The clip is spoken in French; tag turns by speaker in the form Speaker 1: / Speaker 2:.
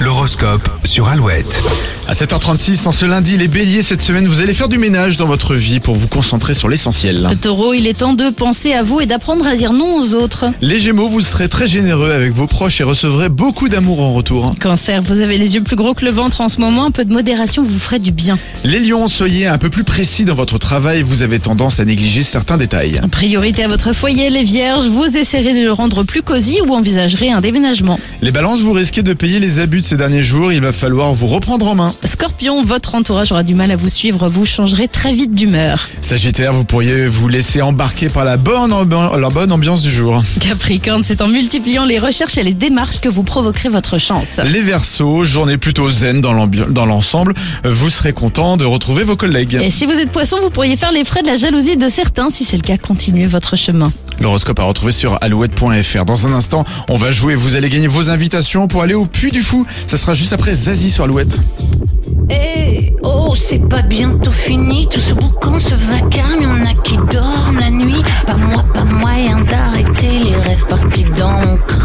Speaker 1: L'horoscope sur Alouette.
Speaker 2: À 7h36, en ce lundi, les béliers, cette semaine, vous allez faire du ménage dans votre vie pour vous concentrer sur l'essentiel.
Speaker 3: Taureau, il est temps de penser à vous et d'apprendre à dire non aux autres.
Speaker 2: Les gémeaux, vous serez très généreux avec vos proches et recevrez beaucoup d'amour en retour.
Speaker 3: Cancer, vous avez les yeux plus gros que le ventre en ce moment, un peu de modération vous ferait du bien.
Speaker 2: Les lions, soyez un peu plus précis dans votre travail, vous avez tendance à négliger certains détails.
Speaker 3: Priorité à votre foyer, les vierges, vous essayerez de le rendre plus cosy ou envisagerez un déménagement.
Speaker 2: Les balances, vous risquez de payer les abus de ces derniers jours, il va falloir vous reprendre en main.
Speaker 3: Scorpion, votre entourage aura du mal à vous suivre, vous changerez très vite d'humeur.
Speaker 2: Sagittaire, vous pourriez vous laisser embarquer par la bonne, ambi- la bonne ambiance du jour.
Speaker 3: Capricorne, c'est en multipliant les recherches et les démarches que vous provoquerez votre chance.
Speaker 2: Les versos, journée plutôt zen dans l'ambi- dans l'ensemble, vous serez content de retrouver vos collègues.
Speaker 3: Et si vous êtes poisson, vous pourriez faire les frais de la jalousie de certains. Si c'est le cas, continuez votre chemin.
Speaker 2: L'horoscope à retrouver sur alouette.fr. Dans un instant, on va jouer. Vous allez gagner vos invitations pour aller au Puy du Fou. Ça sera juste après Zazie sur Alouette.
Speaker 4: Eh, oh, c'est pas bientôt fini tout ce boucan, ce vacarme, y'en a qui dorment la nuit. Pas moi, pas moyen d'arrêter les rêves partis dans mon crâne.